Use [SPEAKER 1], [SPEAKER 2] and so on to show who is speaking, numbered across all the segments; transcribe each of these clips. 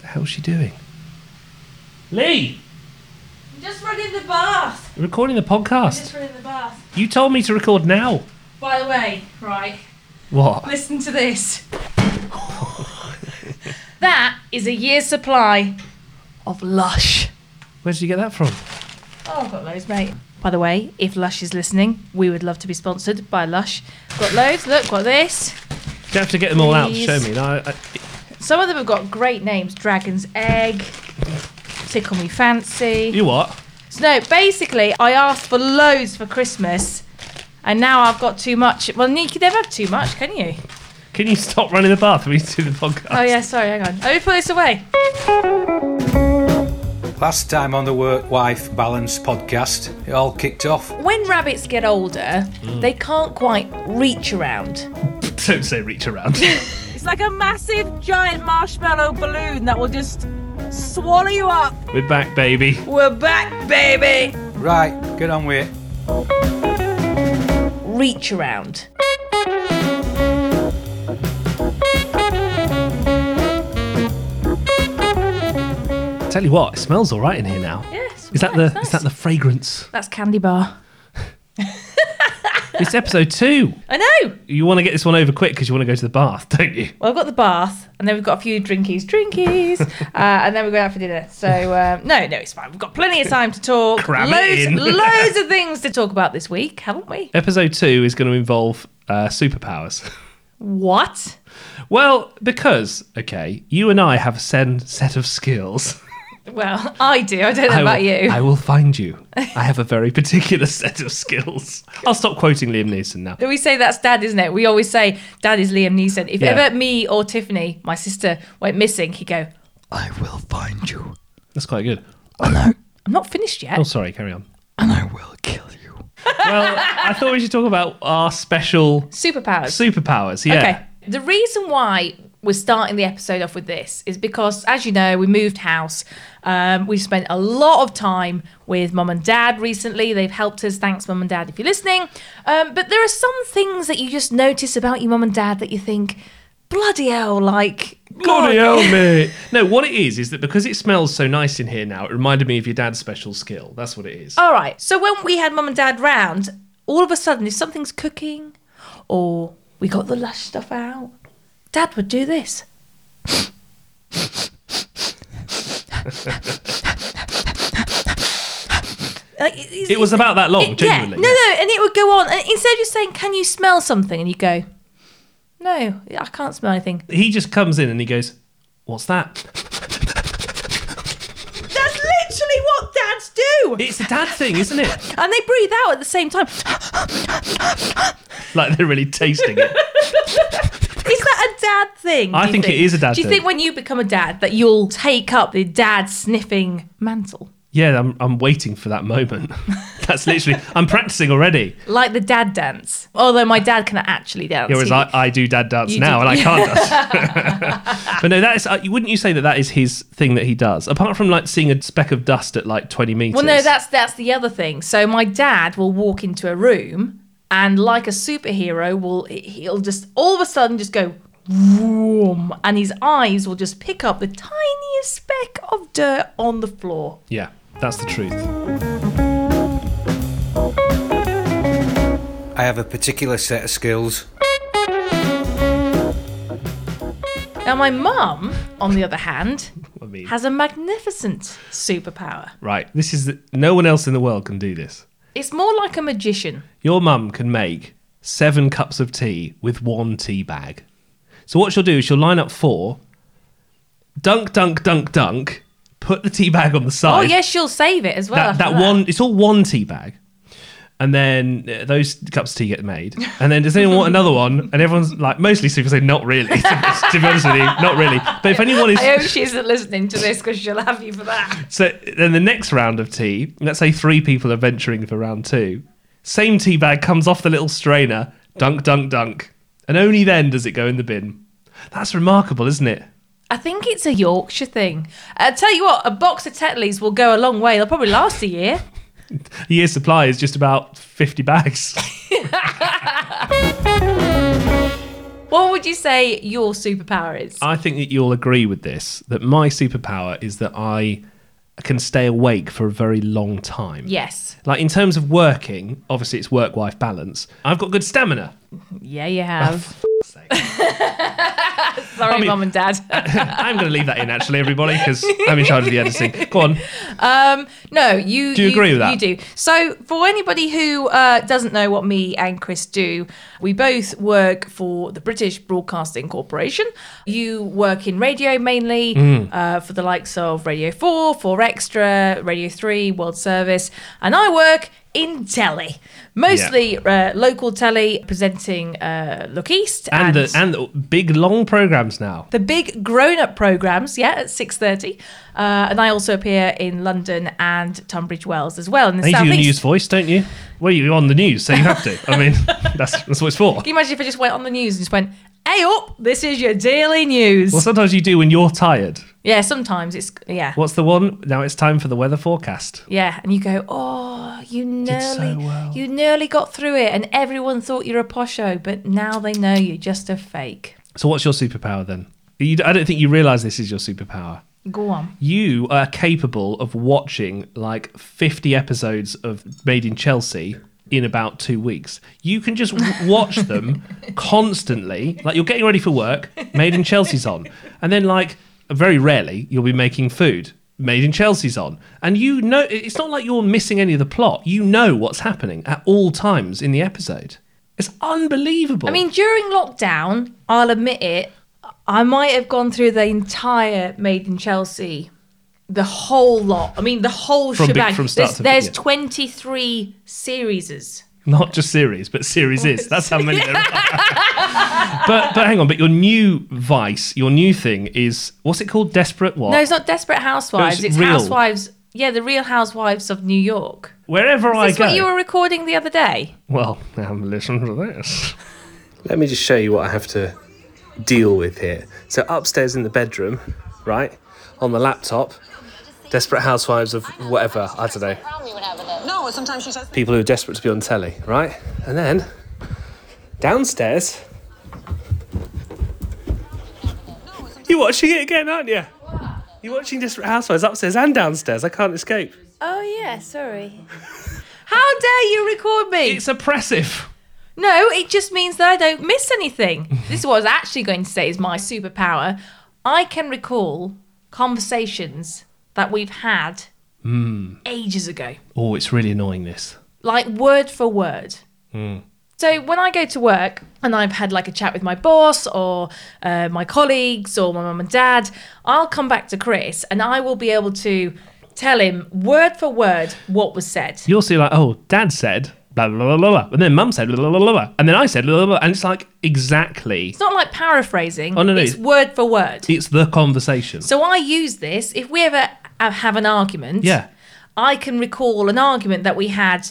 [SPEAKER 1] The hell's she doing? Lee,
[SPEAKER 2] I'm just running the bath.
[SPEAKER 1] we're recording the
[SPEAKER 2] I'm
[SPEAKER 1] podcast.
[SPEAKER 2] just running the bath.
[SPEAKER 1] You told me to record now.
[SPEAKER 2] By the way, right,
[SPEAKER 1] What?
[SPEAKER 2] listen to this. that is a year's supply of Lush.
[SPEAKER 1] Where did you get that from?
[SPEAKER 2] Oh, I've got loads, mate. By the way, if Lush is listening, we would love to be sponsored by Lush. Got loads. Look, got this.
[SPEAKER 1] You don't have to get them all out to show
[SPEAKER 2] Please.
[SPEAKER 1] me. No, I, I,
[SPEAKER 2] Some of them have got great names: Dragon's Egg, Tickle Me Fancy.
[SPEAKER 1] you what?
[SPEAKER 2] So no, basically, I asked for loads for Christmas, and now I've got too much. Well, you can never have too much, can you?
[SPEAKER 1] Can you stop running the bath when you do the podcast?
[SPEAKER 2] Oh yeah, sorry, hang on. Let me put this away.
[SPEAKER 3] Last time on the Work Wife Balance podcast, it all kicked off.
[SPEAKER 2] When rabbits get older,
[SPEAKER 1] Mm.
[SPEAKER 2] they can't quite reach around.
[SPEAKER 1] Don't say reach around.
[SPEAKER 2] It's like a massive, giant marshmallow balloon that will just swallow you up.
[SPEAKER 1] we're back, baby.
[SPEAKER 2] We're back, baby.
[SPEAKER 3] Right, get on with it.
[SPEAKER 2] Reach around.
[SPEAKER 1] Tell you what, it smells all right in here now.
[SPEAKER 2] Yes.
[SPEAKER 1] Is that the is that the fragrance?
[SPEAKER 2] That's candy bar.
[SPEAKER 1] It's episode two.
[SPEAKER 2] I know.
[SPEAKER 1] You want to get this one over quick because you want to go to the bath, don't you?
[SPEAKER 2] Well, I've got the bath, and then we've got a few drinkies, drinkies, uh, and then we're going out for dinner. So um, no, no, it's fine. We've got plenty of time to talk.
[SPEAKER 1] Cram it
[SPEAKER 2] loads,
[SPEAKER 1] in.
[SPEAKER 2] loads of things to talk about this week, haven't we?
[SPEAKER 1] Episode two is going to involve uh, superpowers.
[SPEAKER 2] What?
[SPEAKER 1] Well, because okay, you and I have a sen- set of skills.
[SPEAKER 2] Well, I do. I don't know
[SPEAKER 1] I
[SPEAKER 2] about
[SPEAKER 1] will,
[SPEAKER 2] you.
[SPEAKER 1] I will find you. I have a very particular set of skills. I'll stop quoting Liam Neeson now.
[SPEAKER 2] we say that's dad, isn't it? We always say dad is Liam Neeson. If
[SPEAKER 1] Yeah.
[SPEAKER 2] ever me or Tiffany, my sister, went missing, he'd go,
[SPEAKER 4] I will find you,
[SPEAKER 1] That's quite good.
[SPEAKER 2] I'm not finished yet.
[SPEAKER 1] Oh, sorry. Carry on.
[SPEAKER 4] and I will kill you.
[SPEAKER 1] Well, I thought we should talk about our special
[SPEAKER 2] Superpowers.
[SPEAKER 1] superpowers. Yeah.
[SPEAKER 2] Okay. The reason why we're starting the episode off with this is because, as you know, we moved house. Um, we spent a lot of time with mum and dad recently. They've helped us. Thanks, mum and dad, if you're listening. Um, but there are some things that you just notice about your mum and dad that you think, bloody hell, like.
[SPEAKER 1] Bloody
[SPEAKER 2] God.
[SPEAKER 1] hell, mate. No, what it is is that because it smells so nice in here now, it reminded me of your dad's special skill. That's what it is.
[SPEAKER 2] All right. So when we had mum and dad round, all of a sudden, if something's cooking or we got the lush stuff out, dad would do this. Like, it's-
[SPEAKER 1] It was about that long,
[SPEAKER 2] it-
[SPEAKER 1] genuinely.
[SPEAKER 2] Yeah, no, no, and it would go on. And instead of just saying, "Can you smell something?" and you go, "No, I can't smell anything."
[SPEAKER 1] He just comes in and he goes, What's that?
[SPEAKER 2] That's literally what dads do,
[SPEAKER 1] It's a dad thing, isn't it?
[SPEAKER 2] and they breathe out at the same time.
[SPEAKER 1] like they're really tasting it.
[SPEAKER 2] Is that a dad thing?
[SPEAKER 1] I
[SPEAKER 2] do you
[SPEAKER 1] think it is a dad
[SPEAKER 2] Do you
[SPEAKER 1] thing.
[SPEAKER 2] think when you become a dad that you'll take up the dad sniffing mantle?
[SPEAKER 1] Yeah, I'm, I'm waiting for that moment. That's literally, I'm practicing already.
[SPEAKER 2] Like the dad dance. Although my dad can actually dance.
[SPEAKER 1] Yeah, whereas
[SPEAKER 2] He-
[SPEAKER 1] I, I do dad dance
[SPEAKER 2] You
[SPEAKER 1] now
[SPEAKER 2] do-
[SPEAKER 1] and I can't dance. but no, that is, uh, wouldn't you say that that is his thing that he does? Apart from like seeing a speck of dust at like 20 meters.
[SPEAKER 2] well, no, that's that's the other thing. So my dad will walk into a room and, like a superhero, will he'll just all of a sudden just go vroom, and his eyes will just pick up the tiniest speck of dirt on the floor.
[SPEAKER 1] Yeah, that's the truth.
[SPEAKER 3] I have a particular set of skills.
[SPEAKER 2] Now, my mum, on the other hand,
[SPEAKER 1] I mean,
[SPEAKER 2] has a magnificent superpower.
[SPEAKER 1] right, this is, the, no one else in the world can do this.
[SPEAKER 2] It's more like a magician.
[SPEAKER 1] Your mum can make seven cups of tea with one tea bag. So what she'll do is she'll line up four, dunk, dunk, dunk, dunk, put the tea bag on the
[SPEAKER 2] Oh
[SPEAKER 1] side.
[SPEAKER 2] yes, she'll save it as well.
[SPEAKER 1] that,
[SPEAKER 2] after
[SPEAKER 1] that one it's all one tea bag and then uh, those cups of tea get made and then does anyone want another one and everyone's like mostly super say not really to, be honest with you not really but if anyone
[SPEAKER 2] I hope
[SPEAKER 1] is
[SPEAKER 2] she isn't listening to this because she'll have you for that.
[SPEAKER 1] so then the next round of tea let's say three people are venturing for round two same tea bag comes off the little strainer dunk dunk dunk and only then does it go in the bin that's remarkable isn't it
[SPEAKER 2] I think it's a Yorkshire thing. I tell you what, a box of Tetleys will go a long way. They'll probably last a year.
[SPEAKER 1] a year's supply is just about 50 bags
[SPEAKER 2] What would you say your superpower is?
[SPEAKER 1] I think that you'll agree with this that my superpower is that I can stay awake for a very long time.
[SPEAKER 2] yes.
[SPEAKER 1] Like in terms of working, obviously it's work life balance. I've got good stamina.
[SPEAKER 2] Yeah, you have. Sorry,
[SPEAKER 1] mean-
[SPEAKER 2] mum and dad.
[SPEAKER 1] I'm going to leave that in actually, everybody, because I'm in charge of the editing. Go on.
[SPEAKER 2] Um, no, you.
[SPEAKER 1] Do you agree with that?
[SPEAKER 2] You do. So, for anybody who uh, doesn't know what me and Chris do, we both work for the British Broadcasting Corporation. You work in radio mainly
[SPEAKER 1] Mm.
[SPEAKER 2] uh, for the likes of Radio 4, 4 Extra, Radio 3, World Service, and I work in telly, mostly uh, local telly, presenting uh, Look East
[SPEAKER 1] And, the, and the big long programs now.
[SPEAKER 2] the big grown-up programs yeah at 6.30 uh, and i also appear in london and tunbridge wells as well in the
[SPEAKER 1] And you do the news
[SPEAKER 2] southeast
[SPEAKER 1] voice, don't you? Well, you're on the news, so you have to. I mean, that's, that's what it's for.
[SPEAKER 2] can you imagine if i just went on the news and just went hey up this is your daily news
[SPEAKER 1] Well, sometimes you do when you're tired.
[SPEAKER 2] yeah sometimes it's yeah
[SPEAKER 1] What's the one? Now it's time for the weather forecast.
[SPEAKER 2] yeah and you go oh you
[SPEAKER 1] so
[SPEAKER 2] nearly
[SPEAKER 1] well."
[SPEAKER 2] you nearly got through it and everyone thought you're a posho but now they know you're just a fake
[SPEAKER 1] So, what's your superpower then? You, I don't think you realize this is your superpower.
[SPEAKER 2] go on
[SPEAKER 1] You are capable of watching like 50 episodes of Made in Chelsea in about two weeks. You can just w- watch them constantly. Like you're getting ready for work, Made in Chelsea's on. And then, like, very rarely, you'll be making food. Made in Chelsea's on. And you know, it's not like you're missing any of the plot. You know what's happening at all times in the episode. It's unbelievable.
[SPEAKER 2] i mean during lockdown i'll admit it i might have gone through the entire made in chelsea the whole lot. I mean, the whole
[SPEAKER 1] From big-
[SPEAKER 2] shebang.
[SPEAKER 1] from start
[SPEAKER 2] there's
[SPEAKER 1] to-
[SPEAKER 2] there's
[SPEAKER 1] yeah.
[SPEAKER 2] 23 serieses.
[SPEAKER 1] not just series, but series is. That's how many there are. but but hang on, but your new vice, your new thing is what's it called? Desperate what?
[SPEAKER 2] No, it's not Desperate Housewives.
[SPEAKER 1] No,
[SPEAKER 2] it's
[SPEAKER 1] it's Real.
[SPEAKER 2] Housewives. Yeah, the Real Housewives of New York.
[SPEAKER 1] Wherever I
[SPEAKER 2] Is this
[SPEAKER 1] go.
[SPEAKER 2] what you were recording the other day?
[SPEAKER 1] Well, I haven't listened to this.
[SPEAKER 5] Let me just show you what I have to deal with here. So upstairs in the bedroom, right, on the laptop, Desperate Housewives of whatever, I don't know.
[SPEAKER 6] problem you would have with it. No, sometimes she says.
[SPEAKER 5] People who are desperate to be on telly, right? And then downstairs, you're watching it again, aren't you? You're watching Desperate Housewives upstairs and downstairs. I can't escape.
[SPEAKER 2] Oh, yeah, sorry. How dare you record me?
[SPEAKER 1] It's oppressive.
[SPEAKER 2] No, it just means that I don't miss anything. this is what I was actually going to say is my superpower. I can recall conversations that we've had
[SPEAKER 1] Hmm.
[SPEAKER 2] ages ago,
[SPEAKER 1] Oh, it's really annoying this.
[SPEAKER 2] like word for word.
[SPEAKER 1] Hmm.
[SPEAKER 2] So when I go to work and I've had like a chat with my boss or uh, my colleagues or my mum and dad, I'll come back to Chris and I will be able to tell him word for word what was said.
[SPEAKER 1] You'll see like, oh, dad said blah blah blah blah, blah. and then mum said blah blah blah blah, blah and then I said blah blah blah and it's like exactly
[SPEAKER 2] It's not like paraphrasing.
[SPEAKER 1] Oh, no, no.
[SPEAKER 2] It's word for word.
[SPEAKER 1] it's the conversation.
[SPEAKER 2] So I use this if we ever uh, have an argument.
[SPEAKER 1] Yeah.
[SPEAKER 2] I can recall an argument that we had,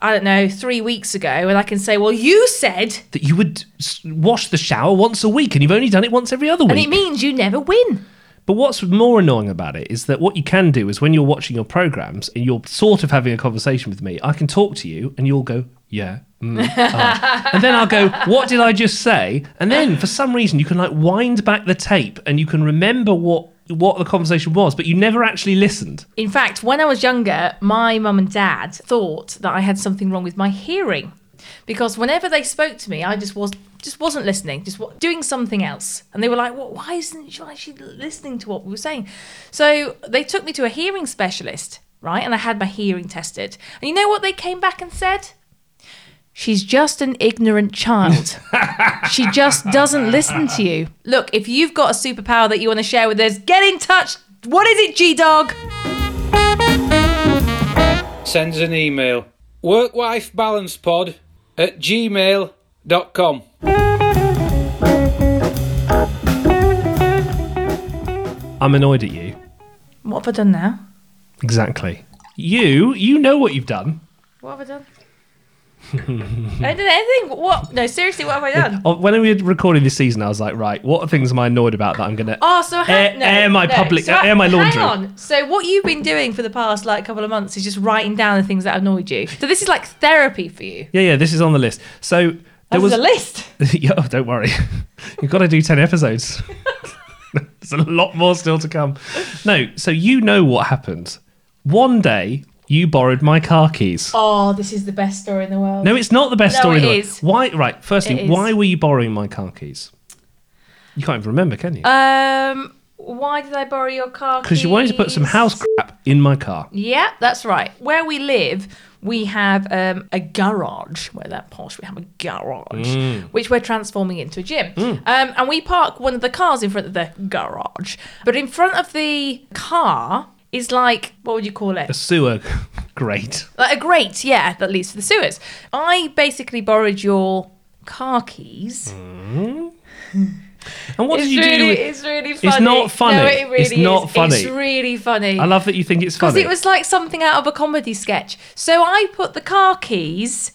[SPEAKER 2] I don't know, three weeks ago, and I can say, "Well, you said,"
[SPEAKER 1] that you would s- wash the shower once a week and you've only done it once every other week.
[SPEAKER 2] and it means you never win.
[SPEAKER 1] But what's more annoying about it is that what you can do is when you're watching your programs and you're sort of having a conversation with me, I can talk to you and you'll go, yeah. mm, ah." and then I'll go, what did I just say? And then for some reason you can like wind back the tape and you can remember what what the conversation was, but you never actually listened.
[SPEAKER 2] In fact, when I was younger, my mum and dad thought that I had something wrong with my hearing, because whenever they spoke to me, I just was just wasn't listening, just wa- doing something else, and they were like, "Well, why isn't you actually listening to what we were saying?" So they took me to a hearing specialist, right, and I had my hearing tested, and you know what they came back and said. She's just an ignorant child. she just doesn't listen to you. Look, if you've got a superpower that you want to share with us, get in touch. What is it, G Dog?
[SPEAKER 3] Sends an email. WorkWifeBalancePod at gmail.com.
[SPEAKER 1] I'm annoyed at you.
[SPEAKER 2] What have I done now?
[SPEAKER 1] Exactly. You, you know what you've done.
[SPEAKER 2] What have I done? I did anything. What? No, seriously, what have I done?
[SPEAKER 1] Oh, When we were recording this season, I was like, right, what things am I annoyed about that I'm going to
[SPEAKER 2] Oh, so ha-
[SPEAKER 1] Air-
[SPEAKER 2] no,
[SPEAKER 1] air my
[SPEAKER 2] no.
[SPEAKER 1] public-
[SPEAKER 2] So,
[SPEAKER 1] air my laundry.
[SPEAKER 2] Hang on. So what you've been doing for the past like couple of months is just writing down the things that annoyed you. So this is like therapy for you.
[SPEAKER 1] Yeah, yeah, this is on the list. So There
[SPEAKER 2] There's
[SPEAKER 1] was-
[SPEAKER 2] a list.
[SPEAKER 1] yeah, oh, don't worry. You've got to do 10 episodes. There's a lot more still to come. No, so you know what happened. One day, you borrowed my car keys.
[SPEAKER 2] Oh, this is the best story in the world.
[SPEAKER 1] No, it's not the best
[SPEAKER 2] No,
[SPEAKER 1] story in
[SPEAKER 2] it
[SPEAKER 1] the world.
[SPEAKER 2] is.
[SPEAKER 1] Why? Right, firstly,
[SPEAKER 2] It is.
[SPEAKER 1] why were you borrowing my car keys? You can't even remember, can you?
[SPEAKER 2] Um, why did I borrow your car?
[SPEAKER 1] Because you wanted to put some
[SPEAKER 2] keys?
[SPEAKER 1] house crap in my car.
[SPEAKER 2] Yeah, that's right. Where we live, we have um, a garage. Where that posh, we have a garage,
[SPEAKER 1] Mm.
[SPEAKER 2] which we're transforming into a gym. Um, and we park one of the cars in front of the garage. But in front of the car is like, what would you call it?
[SPEAKER 1] A sewer. Great.
[SPEAKER 2] Like a grate, yeah, that leads to the sewers. I basically borrowed your car keys.
[SPEAKER 1] And what
[SPEAKER 2] it's
[SPEAKER 1] did you
[SPEAKER 2] really,
[SPEAKER 1] do? With...
[SPEAKER 2] it's really funny.
[SPEAKER 1] not funny.
[SPEAKER 2] No, it really
[SPEAKER 1] It's not
[SPEAKER 2] is.
[SPEAKER 1] funny.
[SPEAKER 2] It's really funny.
[SPEAKER 1] I love that you think it's
[SPEAKER 2] Because
[SPEAKER 1] funny.
[SPEAKER 2] it was like something out of a comedy sketch. So I put the car keys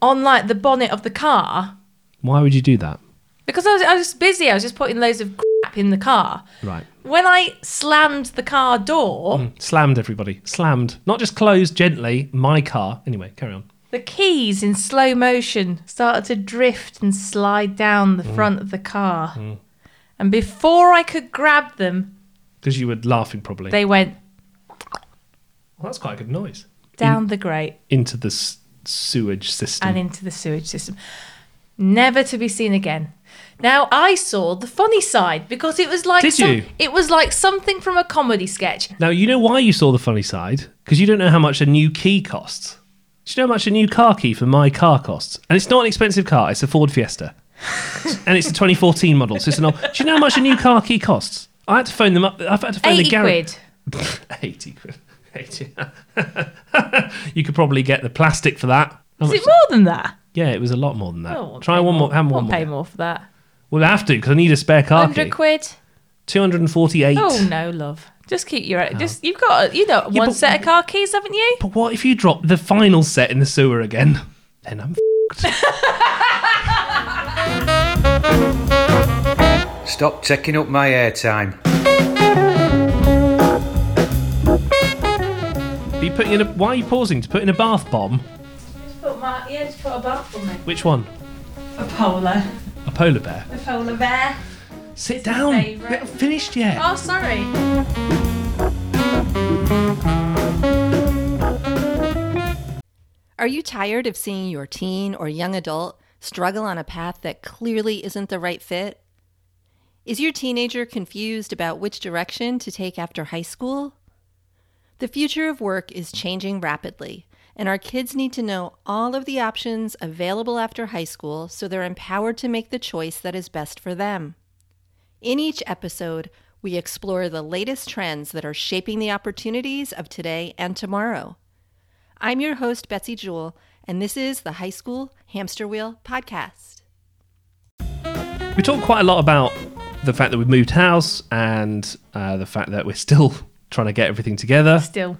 [SPEAKER 2] on like the bonnet of the car
[SPEAKER 1] Why would you do that?
[SPEAKER 2] because I was, I was just busy. I was just putting loads of crap in the car.
[SPEAKER 1] Right. Mm.
[SPEAKER 2] When I slammed the car door,
[SPEAKER 1] Slammed everybody. Slammed. Not just closed gently. My car. Anyway, carry on.
[SPEAKER 2] the keys in slow motion started to drift and slide down
[SPEAKER 1] Mm.
[SPEAKER 2] the front of the car. And before I could grab them,
[SPEAKER 1] Because you were laughing probably.
[SPEAKER 2] they went
[SPEAKER 1] Well, that's quite a good noise.
[SPEAKER 2] down the grate
[SPEAKER 1] Into the s- sewage system.
[SPEAKER 2] and into the sewage system, never to be seen again. Now I saw the funny side because it was like
[SPEAKER 1] Did
[SPEAKER 2] some-
[SPEAKER 1] you?
[SPEAKER 2] it was like something from a comedy sketch.
[SPEAKER 1] now, you know why you saw the funny side? Because you don't know how much a new key costs. Do you know how much a new car key for my car costs? And it's not an expensive car, it's a Ford Fiesta. and it's a 2014 model, so it's an old. Do you know how much a new car key costs? I had to phone them up. I've had to phone the
[SPEAKER 2] Eighty
[SPEAKER 1] garage.
[SPEAKER 2] quid.
[SPEAKER 1] 80 quid. 80. you could probably get the plastic for that. How
[SPEAKER 2] Is
[SPEAKER 1] much-
[SPEAKER 2] it more than that?
[SPEAKER 1] Yeah, it was a lot more than that.
[SPEAKER 2] I won't
[SPEAKER 1] Try
[SPEAKER 2] pay
[SPEAKER 1] one more. Have
[SPEAKER 2] I
[SPEAKER 1] one
[SPEAKER 2] won't pay
[SPEAKER 1] more.
[SPEAKER 2] more for that.
[SPEAKER 1] We'll have to because I need a spare car
[SPEAKER 2] Hundred
[SPEAKER 1] key.
[SPEAKER 2] quid.
[SPEAKER 1] 248.
[SPEAKER 2] Oh no, love. Just keep your. Just you've got you know one
[SPEAKER 1] but-
[SPEAKER 2] set of car keys, haven't you?
[SPEAKER 1] But what if you drop the final set in the sewer again? Then I'm f***ed.
[SPEAKER 3] Stop taking up my airtime.
[SPEAKER 1] Be putting in a. Why are you pausing to put in a bath bomb?
[SPEAKER 2] Put my yeah, just put a bath on me.
[SPEAKER 1] Which one?
[SPEAKER 2] A polar,
[SPEAKER 1] A polar bear.
[SPEAKER 2] a polar bear.
[SPEAKER 1] Sit
[SPEAKER 2] my
[SPEAKER 1] down. We
[SPEAKER 2] favourite.
[SPEAKER 1] haven't finished yet.
[SPEAKER 2] Oh, sorry.
[SPEAKER 7] Are you tired of seeing your teen or young adult struggle on a path that clearly isn't the right fit? Is your teenager confused about which direction to take after high school? The future of work is changing rapidly, and our kids need to know all of the options available after high school so they're empowered to make the choice that is best for them. In each episode, we explore the latest trends that are shaping the opportunities of today and tomorrow. I'm your host, Betsy Jewell, and this is the High School Hamster Wheel Podcast.
[SPEAKER 1] We talked quite a lot about the fact that we've moved house and uh, the fact that we're still trying to get everything together.
[SPEAKER 2] Still.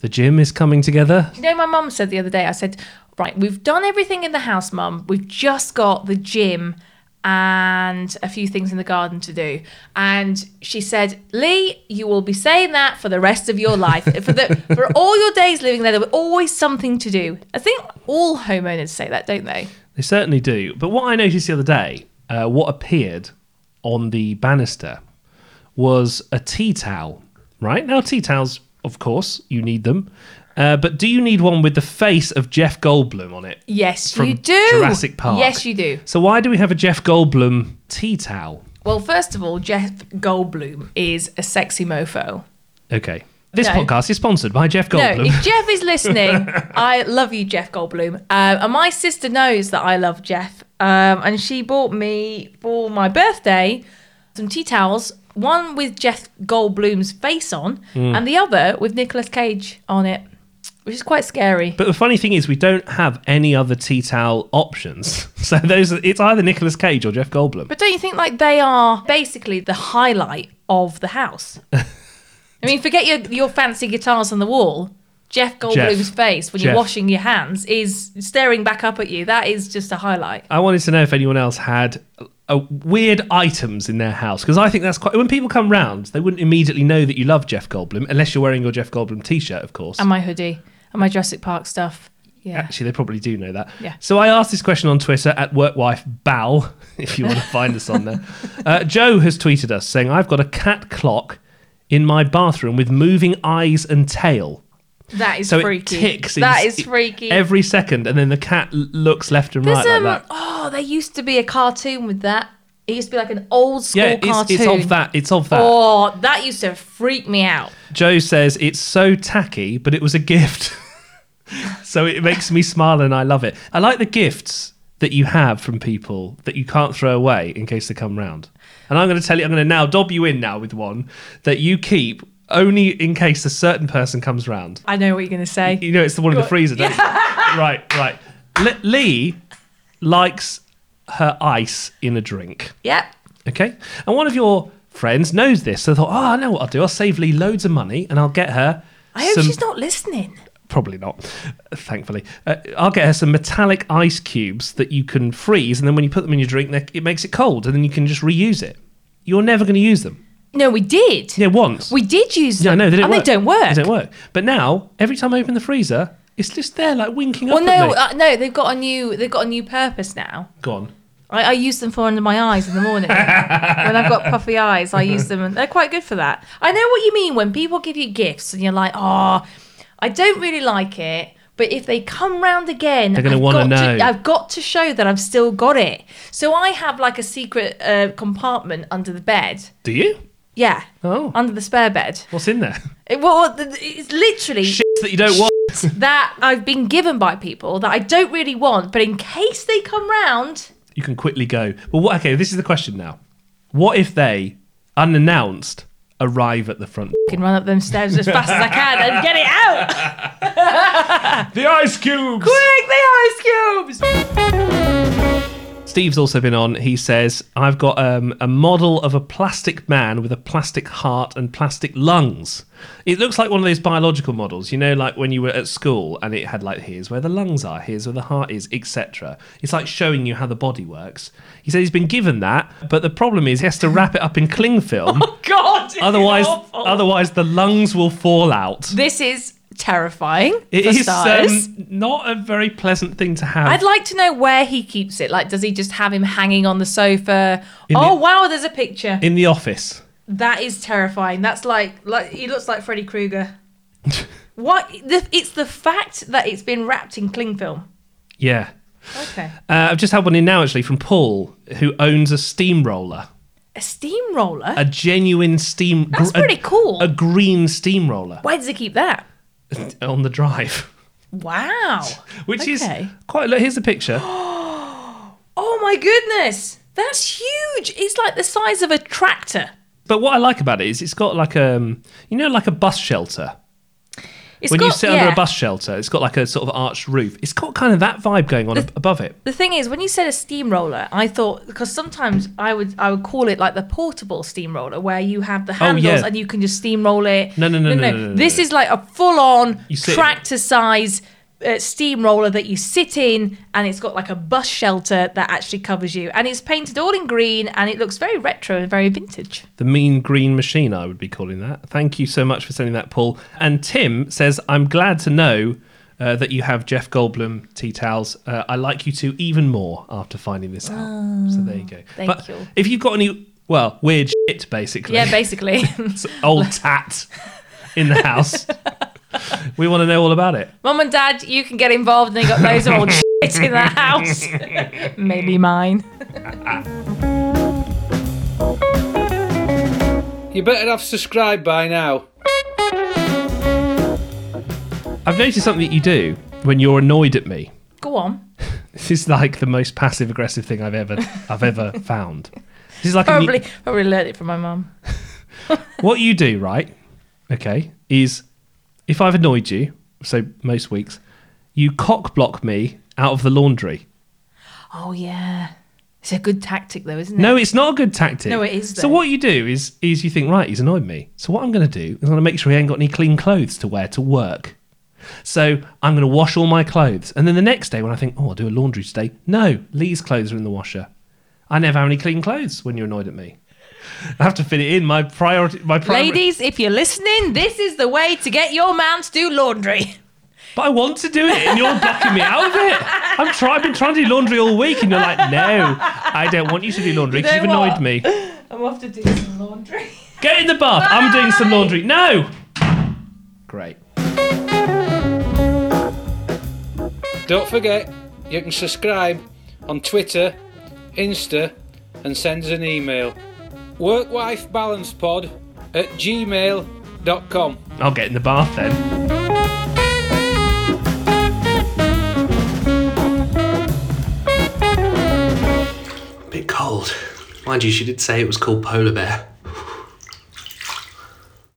[SPEAKER 1] The gym is coming together.
[SPEAKER 2] You know, my mum said the other day, I said, Right, we've done everything in the house, mum. We've just got the gym and a few things in the garden to do. And she said, Lee, you will be saying that for the rest of your life. for, the, for all your days living there, there will always something to do. I think all homeowners say that, don't they?
[SPEAKER 1] They certainly do. But what I noticed the other day, uh, what appeared on the banister was a tea towel. Right now, tea towels, of course, you need them. Uh, but do you need one with the face of Jeff Goldblum on it?
[SPEAKER 2] Yes,
[SPEAKER 1] From
[SPEAKER 2] you do.
[SPEAKER 1] Jurassic Park.
[SPEAKER 2] Yes, you do.
[SPEAKER 1] So why do we have a Jeff Goldblum tea towel?
[SPEAKER 2] Well, first of all, Jeff Goldblum is a sexy mofo.
[SPEAKER 1] Okay. This
[SPEAKER 2] No.
[SPEAKER 1] podcast is sponsored by Jeff
[SPEAKER 2] No,
[SPEAKER 1] Goldblum.
[SPEAKER 2] if Jeff is listening, I love you, Jeff Goldblum. Um, and my sister knows that I love Jeff. Um, and she bought me for my birthday some tea towels, one with Jeff Goldblum's face on,
[SPEAKER 1] Hmm.
[SPEAKER 2] and the other with Nicolas Cage on it, which is quite scary.
[SPEAKER 1] But the funny thing is, we don't have any other tea towel options. So those, are- it's either Nicolas Cage or Jeff Goldblum.
[SPEAKER 2] But don't you think like they are basically the highlight of the house? I mean, forget your your fancy guitars on the wall. Jeff Goldblum's face when you're
[SPEAKER 1] Jeff.
[SPEAKER 2] washing your hands is staring back up at you. That is just a highlight.
[SPEAKER 1] I wanted to know if anyone else had uh, weird items in their house because I think that's quite. When people come round, they wouldn't immediately know that you
[SPEAKER 2] Um,
[SPEAKER 1] love Jeff Goldblum unless you're wearing your Jeff Goldblum T-shirt, of course.
[SPEAKER 2] and my hoodie and my Jurassic Park stuff. Yeah.
[SPEAKER 1] Actually, they probably do know that.
[SPEAKER 2] Yeah.
[SPEAKER 1] So I asked this question on Twitter at workwife Bal, if you want to find us on there. Uh, Joe has tweeted us saying, "I've got a cat clock in my bathroom with moving eyes and tail."
[SPEAKER 2] That is
[SPEAKER 1] So it
[SPEAKER 2] freaky.
[SPEAKER 1] ticks. in-
[SPEAKER 2] that is freaky.
[SPEAKER 1] Every second, and then the cat l- looks left and
[SPEAKER 2] There's,
[SPEAKER 1] right
[SPEAKER 2] um,
[SPEAKER 1] like that.
[SPEAKER 2] Oh, there used to be a cartoon with that. It used to be like an old school
[SPEAKER 1] Yeah, it's,
[SPEAKER 2] cartoon.
[SPEAKER 1] it's of that. It's of that.
[SPEAKER 2] Oh, that used to freak me out.
[SPEAKER 1] Joe says it's so tacky, but it was a gift. so it makes me smile and I love it. I like the gifts that you have from people that you can't throw away in case they come round. And I'm going to tell you, I'm going to now dob you in now with one that you keep only in case a certain person comes round.
[SPEAKER 2] I know what you're going to say.
[SPEAKER 1] You know, it's the one in the freezer, don't you? Right, right. Le- Lee likes her ice in a drink.
[SPEAKER 2] Yep.
[SPEAKER 1] Okay. And one of your friends knows this. So I thought, oh, I know what I'll do. I'll save Lee loads of money and I'll get her.
[SPEAKER 2] I hope
[SPEAKER 1] some,
[SPEAKER 2] she's not listening.
[SPEAKER 1] Probably not, thankfully. Uh, I'll get her some metallic ice cubes that you can freeze. And then when you put them in your drink, they- it makes it cold. And then you can just reuse it. You're never going to use them.
[SPEAKER 2] No, we did.
[SPEAKER 1] Yeah, once.
[SPEAKER 2] We did use
[SPEAKER 1] yeah,
[SPEAKER 2] them.
[SPEAKER 1] no, they didn't
[SPEAKER 2] and
[SPEAKER 1] work.
[SPEAKER 2] they don't work.
[SPEAKER 1] They don't work. But now, every time I open the freezer, it's just there, like winking
[SPEAKER 2] Well,
[SPEAKER 1] up at
[SPEAKER 2] no,
[SPEAKER 1] me.
[SPEAKER 2] uh, no, they've got a new, they've got a new purpose now.
[SPEAKER 1] Gone.
[SPEAKER 2] I, I use them for under my eyes in the morning when I've got puffy eyes. I use them, and they're quite good for that. I know what you mean when people give you gifts and you're like, oh, I don't really like it. But if they come round again,
[SPEAKER 1] They're gonna
[SPEAKER 2] I've
[SPEAKER 1] wanna
[SPEAKER 2] got
[SPEAKER 1] know.
[SPEAKER 2] I've got to show that I've still got it. So I have like a secret uh, compartment under the bed.
[SPEAKER 1] Do you?
[SPEAKER 2] Yeah.
[SPEAKER 1] Oh.
[SPEAKER 2] Under the spare bed.
[SPEAKER 1] What's in there?
[SPEAKER 2] It, well, th- th- it's literally
[SPEAKER 1] Shit that you don't want.
[SPEAKER 2] that I've been given by people that I don't really want, but in case they come round,
[SPEAKER 1] you can quickly go. Well, what, okay, this is the question now. What if they, unannounced, arrive at the front?
[SPEAKER 2] I can run up them stairs as fast as I can and get it out.
[SPEAKER 1] The ice cubes.
[SPEAKER 2] Quick, the ice cubes.
[SPEAKER 1] Steve's also been on. He says, "I've got um, a model of a plastic man with a plastic heart and plastic lungs. It looks like one of those biological models, you know, like when you were at school and it had like here's where the lungs are, here's where the heart is, etc. It's like showing you how the body works." He says he's been given that, but the problem is he has to wrap it up in cling film.
[SPEAKER 2] Oh, God. it's
[SPEAKER 1] Otherwise,
[SPEAKER 2] awful.
[SPEAKER 1] otherwise the lungs will fall out.
[SPEAKER 2] this is terrifying.
[SPEAKER 1] It
[SPEAKER 2] for
[SPEAKER 1] is
[SPEAKER 2] starters.
[SPEAKER 1] um, not a very pleasant thing to have.
[SPEAKER 2] I'd like to know where he keeps it. Like, does he just have him hanging on the sofa? oh
[SPEAKER 1] the-
[SPEAKER 2] wow, there's a picture.
[SPEAKER 1] in the office.
[SPEAKER 2] That is terrifying. That's like like he looks like Freddy Krueger. what? The, it's the fact that it's been wrapped in cling film.
[SPEAKER 1] Yeah.
[SPEAKER 2] Okay.
[SPEAKER 1] Uh, I've just had one in now, actually, from Paul, who owns a steamroller.
[SPEAKER 2] A steamroller.
[SPEAKER 1] A genuine steam.
[SPEAKER 2] That's
[SPEAKER 1] a-
[SPEAKER 2] pretty cool.
[SPEAKER 1] A green steamroller
[SPEAKER 2] Where does he keep that?
[SPEAKER 1] on the drive.
[SPEAKER 2] Wow.
[SPEAKER 1] Which
[SPEAKER 2] Okay.
[SPEAKER 1] is quite. Look, here's a picture.
[SPEAKER 2] Oh my goodness. That's huge. It's like the size of a tractor.
[SPEAKER 1] But what I like about it is it's got like um, you know, like a bus shelter.
[SPEAKER 2] It's
[SPEAKER 1] when you
[SPEAKER 2] got-
[SPEAKER 1] sit under
[SPEAKER 2] yeah.
[SPEAKER 1] a bus shelter, it's got like a sort of arched roof. It's got kind of that vibe going on ab- above it.
[SPEAKER 2] The thing is, when you said a steamroller, I thought because sometimes I would I would call it like the portable steamroller where you have the handles
[SPEAKER 1] Oh, yeah.
[SPEAKER 2] and you can just steamroll it.
[SPEAKER 1] No, no, no, no, no, no, no,
[SPEAKER 2] This
[SPEAKER 1] no.
[SPEAKER 2] is like a full on
[SPEAKER 1] You sit in it.
[SPEAKER 2] tractor size uh, steamroller that you sit in, and it's got like a bus shelter that actually covers you, and it's painted all in green, and it looks very retro and very vintage.
[SPEAKER 1] The mean green machine, I would be calling that. Thank you so much for sending that, Paul. And Tim says, I'm glad to know uh, that you have Jeff Goldblum tea towels. Uh, I like you two even more after finding this out. so there you go.
[SPEAKER 2] Ah, thank
[SPEAKER 1] but
[SPEAKER 2] you.
[SPEAKER 1] If you've got any, well, weird shit, basically.
[SPEAKER 2] Yeah, basically.
[SPEAKER 1] It's old tat in the house. we want to know all about it.
[SPEAKER 2] Mum and Dad, you can get involved. And they got loads of old shit in the house. Maybe mine.
[SPEAKER 3] You better have subscribed by now.
[SPEAKER 1] I've noticed something that you do when you're annoyed at me.
[SPEAKER 2] Go on.
[SPEAKER 1] This is like the most passive aggressive thing I've ever I've ever found. This is like a new-
[SPEAKER 2] Probably, probably learned it from my mum.
[SPEAKER 1] what you do, right? Okay, is if I've annoyed you, so most weeks, you cock block me out of the laundry.
[SPEAKER 2] Oh yeah, it's a good tactic though, isn't it?
[SPEAKER 1] No, it's not a good tactic.
[SPEAKER 2] No, it is,
[SPEAKER 1] So
[SPEAKER 2] though.
[SPEAKER 1] what you do is is you think, right, he's annoyed me. So what I'm going to do is I'm going to make sure he ain't got any clean clothes to wear to work. So I'm going to wash all my clothes, and then the next day when I think, oh, I'll do a laundry today. No, Lee's clothes are in the washer. I never have any clean clothes when you're annoyed at me. I have to fit it in. My priority, my priority.
[SPEAKER 2] Ladies, if you're listening, this is the way to get your man to do laundry.
[SPEAKER 1] But I want to do it, and you're blocking me out of it. I'm try- I've been trying to do laundry all week, and you're like, no, I don't want you to do laundry because
[SPEAKER 2] You
[SPEAKER 1] you
[SPEAKER 2] know
[SPEAKER 1] have
[SPEAKER 2] what?
[SPEAKER 1] annoyed me.
[SPEAKER 2] I'm off to do some laundry.
[SPEAKER 1] Get in the bath. I'm doing some laundry. No. Great.
[SPEAKER 3] Don't forget, you can subscribe on Twitter, Insta, and send us an email. WorkWifeBalancePod at gmail.com.
[SPEAKER 1] I'll get in the bath then.
[SPEAKER 5] bit cold. Mind you, she did say it was called Polar Bear.